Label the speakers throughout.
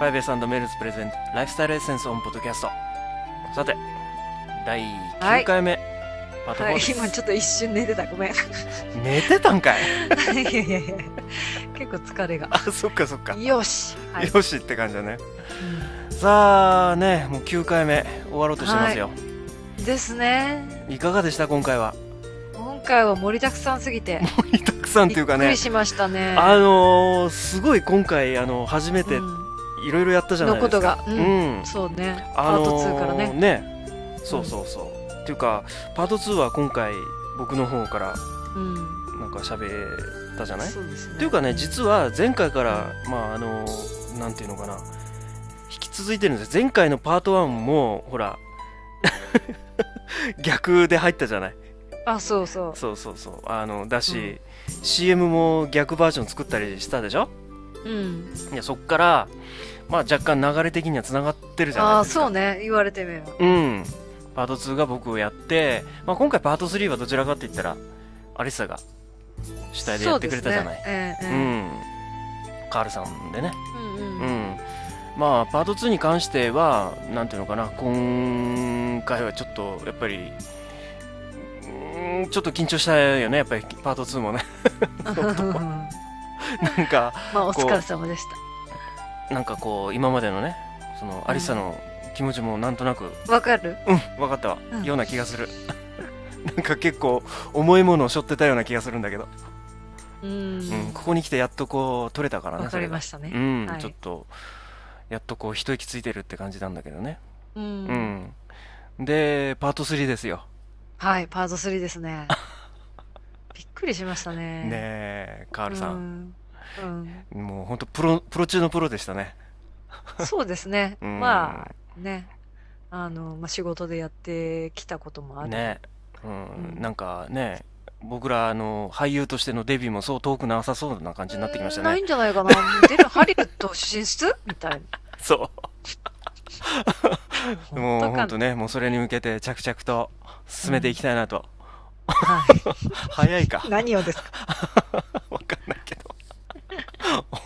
Speaker 1: ァイベースメルズプレゼントライフスタイルエッセンスオンポッドキャストさて第
Speaker 2: は
Speaker 1: 9
Speaker 2: い
Speaker 1: 回目、パート
Speaker 2: は
Speaker 1: 4
Speaker 2: い
Speaker 1: で、す、
Speaker 2: 今ちょっと一瞬寝てた。ごめん。い
Speaker 1: 寝てたんかい
Speaker 2: やいやいや結構疲れが。
Speaker 1: あそっかそっか、
Speaker 2: よし。はい。
Speaker 1: よしって感じだね
Speaker 2: う
Speaker 1: さあねもう9回目終わろうとしてますよ、
Speaker 2: んですね。
Speaker 1: い、かがでした今回は
Speaker 2: 今回は盛りだくさんすぎて。
Speaker 1: たくさんというか
Speaker 2: びっく
Speaker 1: ね
Speaker 2: りしましたね。
Speaker 1: あのー、すごい今回あの初めて
Speaker 2: うん
Speaker 1: いろいろやったじゃないですか
Speaker 2: のことが
Speaker 1: う、
Speaker 2: うんんそうね。
Speaker 1: あの
Speaker 2: パート2からね。
Speaker 1: そうそうそう、っていうかパート2は今回僕の方から
Speaker 2: うん。
Speaker 1: なんか喋ったじゃない
Speaker 2: そうですね。
Speaker 1: っていうかね実は前回からまああのなんていうのかな引き続いてるんですよ前回のパート1もほら 逆で入ったじゃない
Speaker 2: あ、そうそ
Speaker 1: そうそうそうあのだし、
Speaker 2: う
Speaker 1: CM も逆バージョン作ったりしたでしょ
Speaker 2: う。うん。
Speaker 1: いやそっからまあ若干流れ的にはつながってるじゃ
Speaker 2: あ
Speaker 1: ない
Speaker 2: あ、
Speaker 1: ですか
Speaker 2: そうね。言われてみれば。
Speaker 1: うん。パート2が僕をやって、まあ、今回パート3はどちらかって言ったら、アリサが主体でやってくれたじゃない。う
Speaker 2: そうですね
Speaker 1: ん。カールさんでね。
Speaker 2: ええええう
Speaker 1: う
Speaker 2: ん うん。
Speaker 1: ん。まあ、パート2に関しては、なんていうのかな、今回はちょっと、やっぱり、うーんちょっと緊張したよね、やっぱりパート2もね。
Speaker 2: ま
Speaker 1: なんか、
Speaker 2: あ、お疲れ様でし
Speaker 1: なんかこう、今までのね、その、アリサの気持ちもなんとなく
Speaker 2: た。わかる
Speaker 1: うん、分かったわ、
Speaker 2: うん
Speaker 1: ような気がする なんか結構重いものを背負ってたような気がするんだけど、
Speaker 2: う
Speaker 1: うん
Speaker 2: ん。
Speaker 1: ここに来てやっとこう取れたからね
Speaker 2: わかりま
Speaker 1: し
Speaker 2: した
Speaker 1: た
Speaker 2: ね。
Speaker 1: うん、
Speaker 2: はい
Speaker 1: ちょっとやっとこう一息ついてるって感じなんだけどね
Speaker 2: う。
Speaker 1: うんん、でパート3ですよ
Speaker 2: はい、パート3で すね。びっくりしましたね。
Speaker 1: ねえカ
Speaker 2: う
Speaker 1: ールさん、
Speaker 2: ん。うん。
Speaker 1: もうほんとプロプロ中のプロでしたね
Speaker 2: そうですね。
Speaker 1: うん
Speaker 2: まあ、ね。あの、まあ、仕事でやってきたこともある。
Speaker 1: ねうん
Speaker 2: うん
Speaker 1: なんかね僕らあの俳優としてのデビューもそう遠くなさそうな感じになってきましたね
Speaker 2: ないんじゃないかな。出るハリウッド 進出みたい
Speaker 1: そう
Speaker 2: な。
Speaker 1: もう
Speaker 2: 本当
Speaker 1: 本
Speaker 2: か
Speaker 1: 当ね、もうそれに向けて着々と進めていきたいなと。
Speaker 2: は
Speaker 1: 早いか
Speaker 2: い。。 何をですか。
Speaker 1: わかんないけど。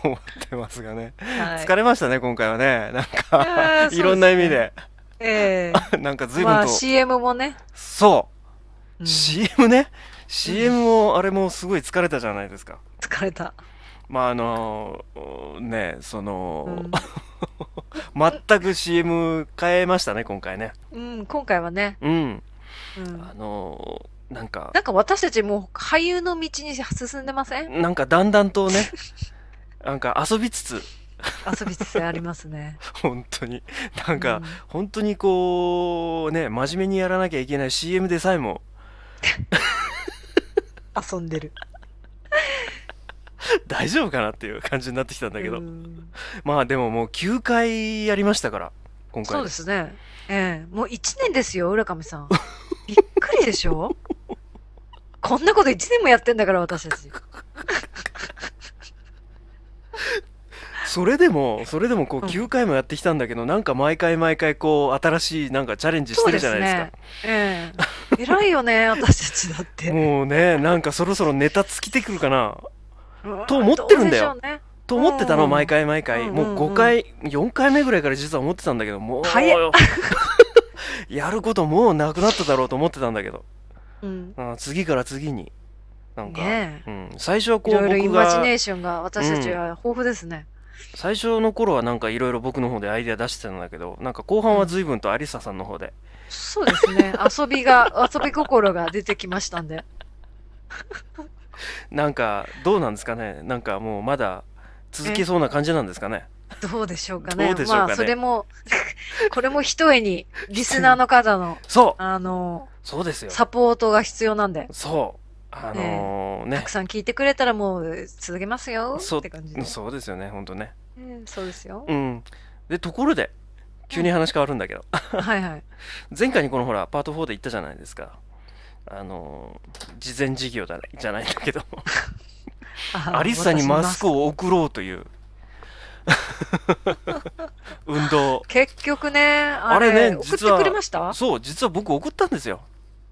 Speaker 1: 思ってますがね。
Speaker 2: はい
Speaker 1: 疲れましたね、今回はね。なん
Speaker 2: やーそ
Speaker 1: か、
Speaker 2: うです
Speaker 1: い
Speaker 2: ね
Speaker 1: ろんな意味で。
Speaker 2: ええ
Speaker 1: なんか随
Speaker 2: ま
Speaker 1: 分
Speaker 2: あ
Speaker 1: と。
Speaker 2: CM もね。
Speaker 1: そうう、
Speaker 2: ん
Speaker 1: CM ね。CM も、あれもすごい疲れたじゃないですか。
Speaker 2: 疲れた。
Speaker 1: まあ、あのーね、その、
Speaker 2: う
Speaker 1: 全く CM 変えましたね、今回ね。
Speaker 2: ん、うん、今回はね。
Speaker 1: うん。
Speaker 2: うん。
Speaker 1: あのーなんか、
Speaker 2: なんか私たちもう俳優の道に進んでません
Speaker 1: なんかだんだんとね、なんか遊びつつ、
Speaker 2: 遊び性ありますね。
Speaker 1: 本当に、なん
Speaker 2: う
Speaker 1: か、本当にこう、ね、真面目にやらなきゃいけない CM でさえも、
Speaker 2: 遊んでる。
Speaker 1: 大丈夫かなっていう感じになってきたんだけど
Speaker 2: う、ん
Speaker 1: まあでももう9回やりましたから、今回。
Speaker 2: そうですね。ええもう1年ですよ、浦上 さん。びっくりでしょこんなこと1年もやってんだから、私たち。
Speaker 1: それでも、それでもこう
Speaker 2: うん
Speaker 1: 9回もやってきたんだけど、なんか毎回毎回こう、新しいなんかチャレンジしてるじゃないですか。
Speaker 2: すね。ええ偉い よね、私たちだって。
Speaker 1: もうね、なんかそろそろネタ尽きてくるかな、
Speaker 2: うん
Speaker 1: と思ってるんだよ
Speaker 2: どうでしょうね
Speaker 1: と思ってたの、
Speaker 2: うん
Speaker 1: 毎回毎回、
Speaker 2: うん
Speaker 1: もう5回、4回目ぐらいから実は思ってたんだけどもう
Speaker 2: 早っ
Speaker 1: やることもうなくなっただろうと思ってたんだけど、
Speaker 2: うん。
Speaker 1: うん次から次になんか、
Speaker 2: ね
Speaker 1: うん、最初はこ
Speaker 2: え。いうろいろイ
Speaker 1: 僕
Speaker 2: マジネ
Speaker 1: が
Speaker 2: ーションが私たちは豊富ですね。
Speaker 1: 最初の頃はなんかいろいろ僕の方でアイデア出してたんだけどなんか後半は随分とアリサさんの方で、
Speaker 2: そうです ね。遊びが、遊び心が出てきましたんで。
Speaker 1: なんかどうなんですかねなんかもうまだ続けそうな感じなんですかね
Speaker 2: どうでしょうかね。
Speaker 1: どうでしょうかね
Speaker 2: まあ、それも、 これも一重に、リスナーの方の、
Speaker 1: そう
Speaker 2: あの、
Speaker 1: そうですよ
Speaker 2: サポートが必要なんで、
Speaker 1: そうあのー
Speaker 2: た
Speaker 1: ね
Speaker 2: くさん聞いてくれたらもう続けますよ
Speaker 1: そう
Speaker 2: って感じで。
Speaker 1: そうですよねほんとね
Speaker 2: うんそうですよ。
Speaker 1: うん。で、ところで、急に話変わるんだけど、
Speaker 2: はいはい。
Speaker 1: 前回にこのほら、パート4で言ったじゃないですか。あのー、事前事業だじゃないんだけど、
Speaker 2: あ
Speaker 1: アリサに
Speaker 2: 私
Speaker 1: マスクを送ろうという、 運動。
Speaker 2: 結局ね、あれ
Speaker 1: あれね
Speaker 2: 送って
Speaker 1: 実は
Speaker 2: くれました
Speaker 1: そう、実は僕送ったんですよ。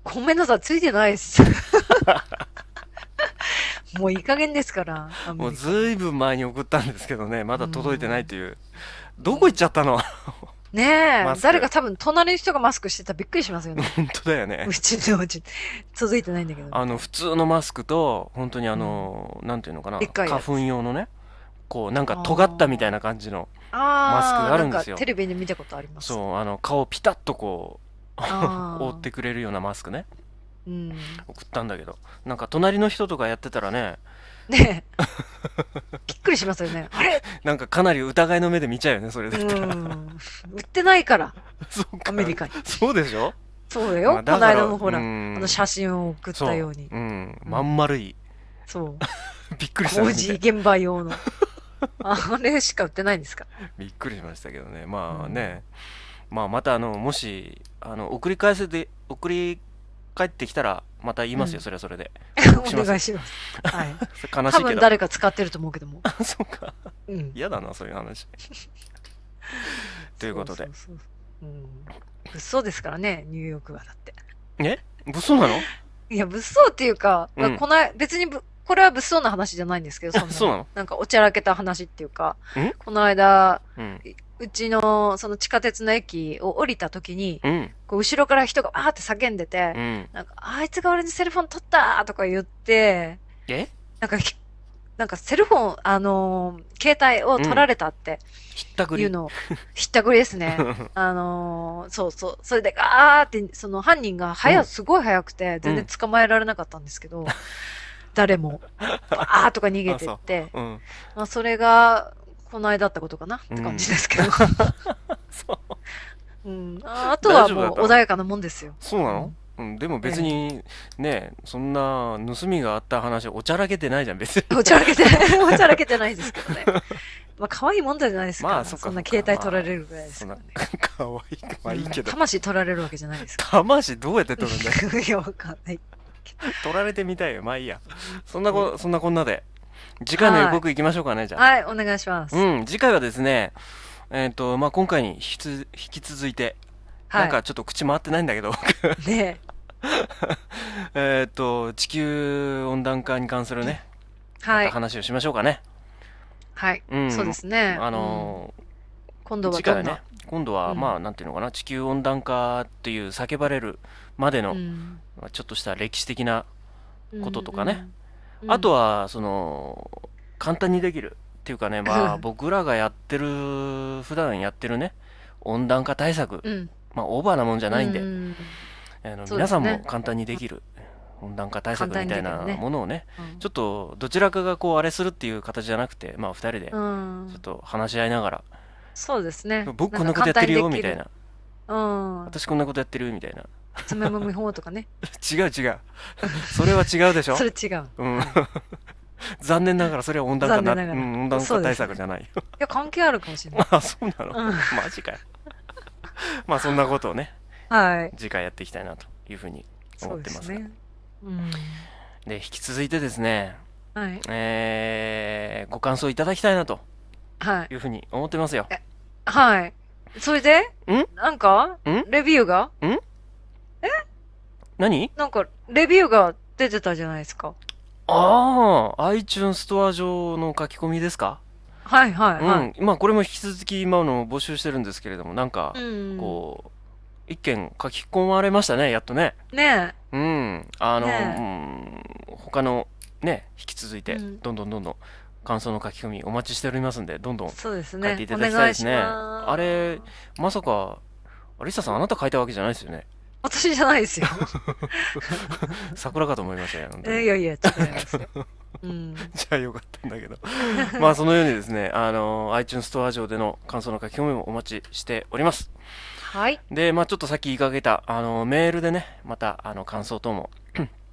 Speaker 2: ごめんなさい、ついてないです。 もういい加減ですから。アメ
Speaker 1: もう
Speaker 2: リカ
Speaker 1: ずいぶん前に送ったんですけどね、まだ届いてないという。どこ行っちゃったの
Speaker 2: ね
Speaker 1: マ
Speaker 2: え
Speaker 1: ス、ク
Speaker 2: 誰か多分隣の人がマスクしてたらびっくりしますよね。
Speaker 1: 本当だよね
Speaker 2: う。ちのうち、続いてないんだけど。
Speaker 1: あの、普通のマスクと、本当にあの、なんていうのかな、
Speaker 2: でっかいや
Speaker 1: 花
Speaker 2: つ
Speaker 1: 粉用のね、こう、なんか尖ったみたいな感じの、
Speaker 2: あ
Speaker 1: マス
Speaker 2: ー
Speaker 1: クがあるんですよ
Speaker 2: なんかテレビで見たことあります。
Speaker 1: そう、あの、顔ピタッとこう、
Speaker 2: あー
Speaker 1: 覆ってくれるようなマスクね、
Speaker 2: うん。
Speaker 1: 送ったんだけど、なんか隣の人とかやってたらね、
Speaker 2: ねえ。びっくりしますよね。あれ
Speaker 1: なんかかなり疑いの目で見ちゃうよね、それ
Speaker 2: う
Speaker 1: だったら。
Speaker 2: ん。売ってないから、
Speaker 1: そうか
Speaker 2: アメリカに。
Speaker 1: そうでしょ
Speaker 2: そ
Speaker 1: まあ
Speaker 2: うだよ。こ
Speaker 1: だ
Speaker 2: の
Speaker 1: から
Speaker 2: 間のほら、
Speaker 1: う
Speaker 2: あ
Speaker 1: ん
Speaker 2: の写真を送ったように。
Speaker 1: そううん、まん丸い。
Speaker 2: そう。
Speaker 1: びっくり したね
Speaker 2: 工
Speaker 1: 見て
Speaker 2: 事現場 用の。あれしか売ってないんですか
Speaker 1: びっくりしましたけどね、まあね、まあまたあのもしあの送り返せで送り返ってきたらまた言いますよ、
Speaker 2: うん
Speaker 1: それはそれで
Speaker 2: お願いします。 はい。
Speaker 1: それ悲しい
Speaker 2: 多
Speaker 1: け
Speaker 2: 分
Speaker 1: ど
Speaker 2: 誰か使ってると思うけども。
Speaker 1: そうか
Speaker 2: うん。
Speaker 1: 嫌だなそういう話ということで
Speaker 2: そうそうそう。うん。物騒ですからね、ニューヨークはだって。
Speaker 1: 物騒なの
Speaker 2: いや、物騒っていうか、
Speaker 1: うん
Speaker 2: こない別にぶ、これは物騒な話じゃないんですけど、そん
Speaker 1: そうなの
Speaker 2: なんかおちゃらけた話っていうか
Speaker 1: ん、
Speaker 2: この間、
Speaker 1: うん
Speaker 2: うちの、その地下鉄の駅を降りた時に、
Speaker 1: うん
Speaker 2: こう後ろから人がわーって叫んでて、
Speaker 1: うん
Speaker 2: なんか、あいつが俺にセルフォン取ったーとか言って、
Speaker 1: え
Speaker 2: なんかひ、なんかセルフォン、あのー携帯を取られたって
Speaker 1: ひったく
Speaker 2: い
Speaker 1: り
Speaker 2: うのを、ひったくりですね。
Speaker 1: う
Speaker 2: あのーそうそう。それで、あーって、その犯人が早、
Speaker 1: うん
Speaker 2: すごい早くて、全然捕まえられなかったんですけ ど、誰も、バーとか逃げてって、
Speaker 1: ん
Speaker 2: まあ、それが、この間だったことかなって感じですけど。
Speaker 1: そう
Speaker 2: うん、ああとは
Speaker 1: 大丈夫だ
Speaker 2: も
Speaker 1: っ
Speaker 2: う
Speaker 1: たの
Speaker 2: 穏やかなもんですよ。
Speaker 1: そうなの、うん、でも別にねそんな盗みがあった話おちゃらけてないじゃん別に
Speaker 2: おちゃらけて、 おちゃらけてないですけど ね。まあ、可愛いもんじゃないですから、
Speaker 1: まあそっか
Speaker 2: ん
Speaker 1: そ
Speaker 2: な
Speaker 1: っ
Speaker 2: 携
Speaker 1: か
Speaker 2: 帯取られるぐらいです
Speaker 1: そん
Speaker 2: から
Speaker 1: な
Speaker 2: ね。
Speaker 1: かわいいまあいいけど
Speaker 2: 魂取られるわけじゃないですか
Speaker 1: 魂どうやって取るんだよ
Speaker 2: ら。 いや、わかんない。
Speaker 1: 取られてみたいよ。まあいいや。 そんなこ、そんなこんなで。次回の予告行きましょうかね、じゃあ。
Speaker 2: はい、お願いします。
Speaker 1: うん、次回はですね、えっ、と、まあ今回に引きつ引き続いて、なん
Speaker 2: は
Speaker 1: かちょっと口回ってないんだけど、
Speaker 2: い。ね
Speaker 1: えっと、地球温暖化に関するね、ま
Speaker 2: は
Speaker 1: た
Speaker 2: い。
Speaker 1: 話をしましょうかね。
Speaker 2: はい。
Speaker 1: うん。
Speaker 2: そうですね。
Speaker 1: あの
Speaker 2: うん、今
Speaker 1: ー
Speaker 2: 度は
Speaker 1: 次回
Speaker 2: ど
Speaker 1: は
Speaker 2: ん
Speaker 1: ね
Speaker 2: な、、
Speaker 1: 今度は、
Speaker 2: うん
Speaker 1: まあなんていうのかな、地球温暖化っていう叫ばれるまでの、
Speaker 2: うん
Speaker 1: まあちょっとした歴史的な、こととかね。
Speaker 2: うん
Speaker 1: あと、は、その、簡単にできるっていうか ね、まあ、
Speaker 2: うん
Speaker 1: 僕らがやってる、普段やってるね、温暖化対策、
Speaker 2: うんうん、
Speaker 1: まあ、オーバーなもんじゃないんで、
Speaker 2: ううん
Speaker 1: あの
Speaker 2: そう
Speaker 1: 皆
Speaker 2: です
Speaker 1: さん
Speaker 2: ね
Speaker 1: も簡単にできる温暖化対策みたい
Speaker 2: 簡単に
Speaker 1: な
Speaker 2: できるね
Speaker 1: ものをね、
Speaker 2: うん
Speaker 1: ちょっとどちらかがこう、あれするっていう形じゃなくて、まあ、二人で、ちょ
Speaker 2: うん
Speaker 1: っと話し合いなが
Speaker 2: そうですね
Speaker 1: ら、。僕こんなことやってるよ、みたい
Speaker 2: な
Speaker 1: な、
Speaker 2: んか簡単にできる。
Speaker 1: 私こんなことやってる、みたいな。
Speaker 2: うん。爪もみ法とかね。
Speaker 1: 違う違う。それは違うでしょ
Speaker 2: それ違う。
Speaker 1: うん
Speaker 2: はい。
Speaker 1: 残念ながら、それは温暖化な、
Speaker 2: 残念なが
Speaker 1: う
Speaker 2: ら
Speaker 1: ん温暖
Speaker 2: そ
Speaker 1: 化
Speaker 2: うで
Speaker 1: 対
Speaker 2: すね
Speaker 1: 策じゃないよ。
Speaker 2: いや、関係あるかもしれない。
Speaker 1: あ、そうなの
Speaker 2: うん
Speaker 1: マジかよ。 まあそんなことをね、
Speaker 2: はい。
Speaker 1: 次回やっていきたいなというふうに
Speaker 2: そ
Speaker 1: 思っ
Speaker 2: うで
Speaker 1: てますすがで
Speaker 2: ね。うん。
Speaker 1: 引き続いてですね、
Speaker 2: はい。
Speaker 1: えー、ご感想いただきたいなと
Speaker 2: はい。
Speaker 1: いうふうに思ってますよ。
Speaker 2: はい。それで
Speaker 1: ん
Speaker 2: なんか
Speaker 1: ん
Speaker 2: レビューが
Speaker 1: 何
Speaker 2: なんか、レビューが出てたじゃないですか。
Speaker 1: ああ、iTunes ストア上の書き込みですか
Speaker 2: はいはいはい。
Speaker 1: うん。まあこれも引き続き今のを募集してるんですけれども、なんか、
Speaker 2: うん。
Speaker 1: こう、一件書き込まれましたね、やっとね。
Speaker 2: ね
Speaker 1: うん。あの、
Speaker 2: ね
Speaker 1: うん、他のね、引き続いて、
Speaker 2: うん
Speaker 1: どんどんどんどん感想の書き込みお待ちしておりますんで、どんどん
Speaker 2: え。そうです
Speaker 1: 書い
Speaker 2: ね
Speaker 1: てい。た
Speaker 2: お
Speaker 1: だきたい
Speaker 2: 願
Speaker 1: で
Speaker 2: い
Speaker 1: す
Speaker 2: し
Speaker 1: ね。
Speaker 2: ます。
Speaker 1: あれ、まさか、アリサさん、あなた書いたわけじゃないです よね。
Speaker 2: 私じゃな いですよ。
Speaker 1: 桜かと思いましたよ。本当に
Speaker 2: えいやいや、違います よ。うん。
Speaker 1: じゃあよかったんだけど。 まあ、そのようにですね、あの、iTunes ストア上での感想の書き込みもお待ちしております。
Speaker 2: はい。
Speaker 1: で、まあ、ちょっとさっき言いかけた、あの、メールでね、また、あの、感想等も、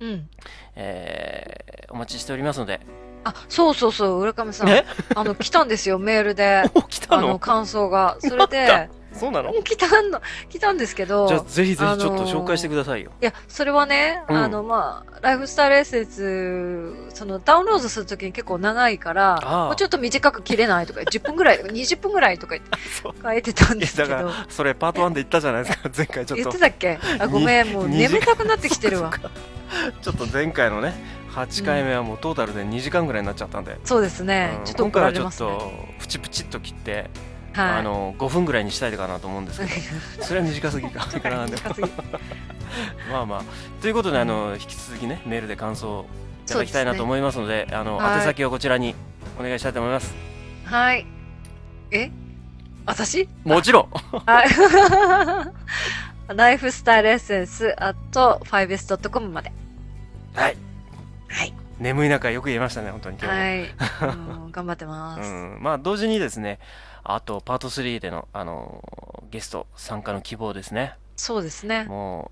Speaker 2: うん。
Speaker 1: えー、お待ちしておりますので。
Speaker 2: あ、そうそうそう、浦上さん。
Speaker 1: え
Speaker 2: あの、来たんですよ、メールで。
Speaker 1: お、来た
Speaker 2: あの、
Speaker 1: の
Speaker 2: 感想が。それ
Speaker 1: なん
Speaker 2: で、
Speaker 1: そうなの
Speaker 2: 来たんの、来たんですけど。
Speaker 1: じゃあ、ぜひぜひちょっと
Speaker 2: あのー
Speaker 1: 紹介してくださいよ。
Speaker 2: いや、それはね、
Speaker 1: うん
Speaker 2: あの、まあ、ライフスタイルエッセンス、その、ダウンロードするときに結構長いから、
Speaker 1: ああ
Speaker 2: もうちょっと短く切れないとか、10分ぐらい、20分ぐらいとか言って
Speaker 1: そう。
Speaker 2: 書いてたんですけ
Speaker 1: いやだ
Speaker 2: ど、
Speaker 1: それ、パート1で言ったじゃないですか、 前回ちょっ
Speaker 2: 言っ
Speaker 1: と
Speaker 2: て。たっけあ、ごめん、もう
Speaker 1: に
Speaker 2: 眠たくなってきてるわ
Speaker 1: そっ。かそっかちょっと前回のね、 8回目はもうトータルで2時間ぐらいになっちゃったんで、
Speaker 2: そうですね
Speaker 1: う。ん
Speaker 2: ちょっと
Speaker 1: 今
Speaker 2: 怒
Speaker 1: 回
Speaker 2: ら
Speaker 1: は
Speaker 2: れ
Speaker 1: ちょ
Speaker 2: ま
Speaker 1: っ
Speaker 2: すね。
Speaker 1: とプチプチっと切って、
Speaker 2: はい。
Speaker 1: あの5分ぐらいにしたいかなと思うんです けどそれは短すぎかかなでも
Speaker 2: 近すぎ
Speaker 1: まあまあということであの引き続きねメールで感想をいただきたいなと思いますのであの
Speaker 2: はい
Speaker 1: 宛先はこちらにお願いしたいと思います
Speaker 2: はい。え 私
Speaker 1: もちろん
Speaker 2: はい。 ライフスタイルエッセンス at 5s.com まで。
Speaker 1: はい
Speaker 2: はい。
Speaker 1: 眠い中よく言えましたね本当に今日も
Speaker 2: はい。うん頑張ってま
Speaker 1: う
Speaker 2: す。
Speaker 1: ん、まあ同時にですねあとパート3での、あのゲスト参加の希望ですね
Speaker 2: そうで すね。
Speaker 1: も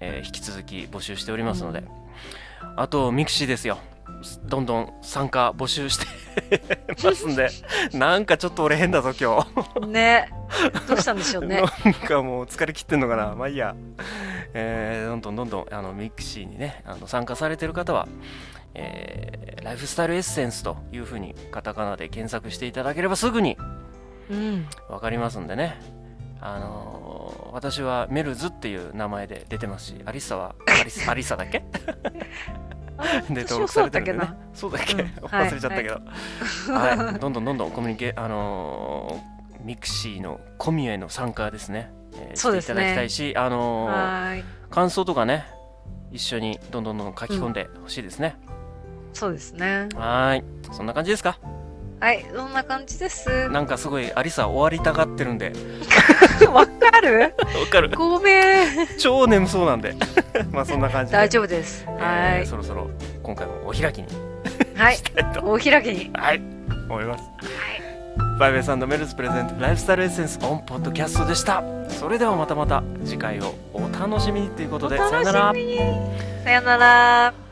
Speaker 1: う、えー引き続き募集しておりますので、
Speaker 2: うん
Speaker 1: あとミクシーですよどんどん参加募集してますん でなんかちょっと俺変だぞ今日
Speaker 2: ね。どうしたんでしょうね。
Speaker 1: なんかもう疲れ切ってんのかなまあいいや、えーどんどんどんどんあのミクシーにねあの参加されてる方は、えーライフスタイルエッセンスというふうにカタカナで検索していただければすぐに
Speaker 2: うん。
Speaker 1: わかりますんでねあのー私はメルズっていう名前で出てますしアリサはアリサアリサだっけで登録されてるんでねそうだっけ、
Speaker 2: うんはい
Speaker 1: 忘れちゃったけど、はいどんどんどんどんコミュニケあのーミクシーのコミュへの参加ですね、えー
Speaker 2: そうです
Speaker 1: してい
Speaker 2: ね
Speaker 1: ただきたいし、あのー
Speaker 2: はい。
Speaker 1: 感想とかね一緒にどんどんどんどん書き込んでほしいですね、
Speaker 2: そうですね。
Speaker 1: はーいそんな感じですか
Speaker 2: はい。そんな感じです。
Speaker 1: なんかすごいアリサ終わりたがってるんで
Speaker 2: わかる
Speaker 1: わかる
Speaker 2: ごめん。
Speaker 1: 超眠そうなんで まあそんな感じで
Speaker 2: 大丈夫です。は
Speaker 1: えー
Speaker 2: い。
Speaker 1: そろそろ今回もお開きに
Speaker 2: はい。
Speaker 1: したいと
Speaker 2: お開きに。
Speaker 1: はい思いますファイブサンドメルズプレゼントライフスタイルエッセンスオンポッドキャストでしたそれではまたまた次回をお楽しみにということ
Speaker 2: お
Speaker 1: でさよなら
Speaker 2: 楽しみに。さよなら。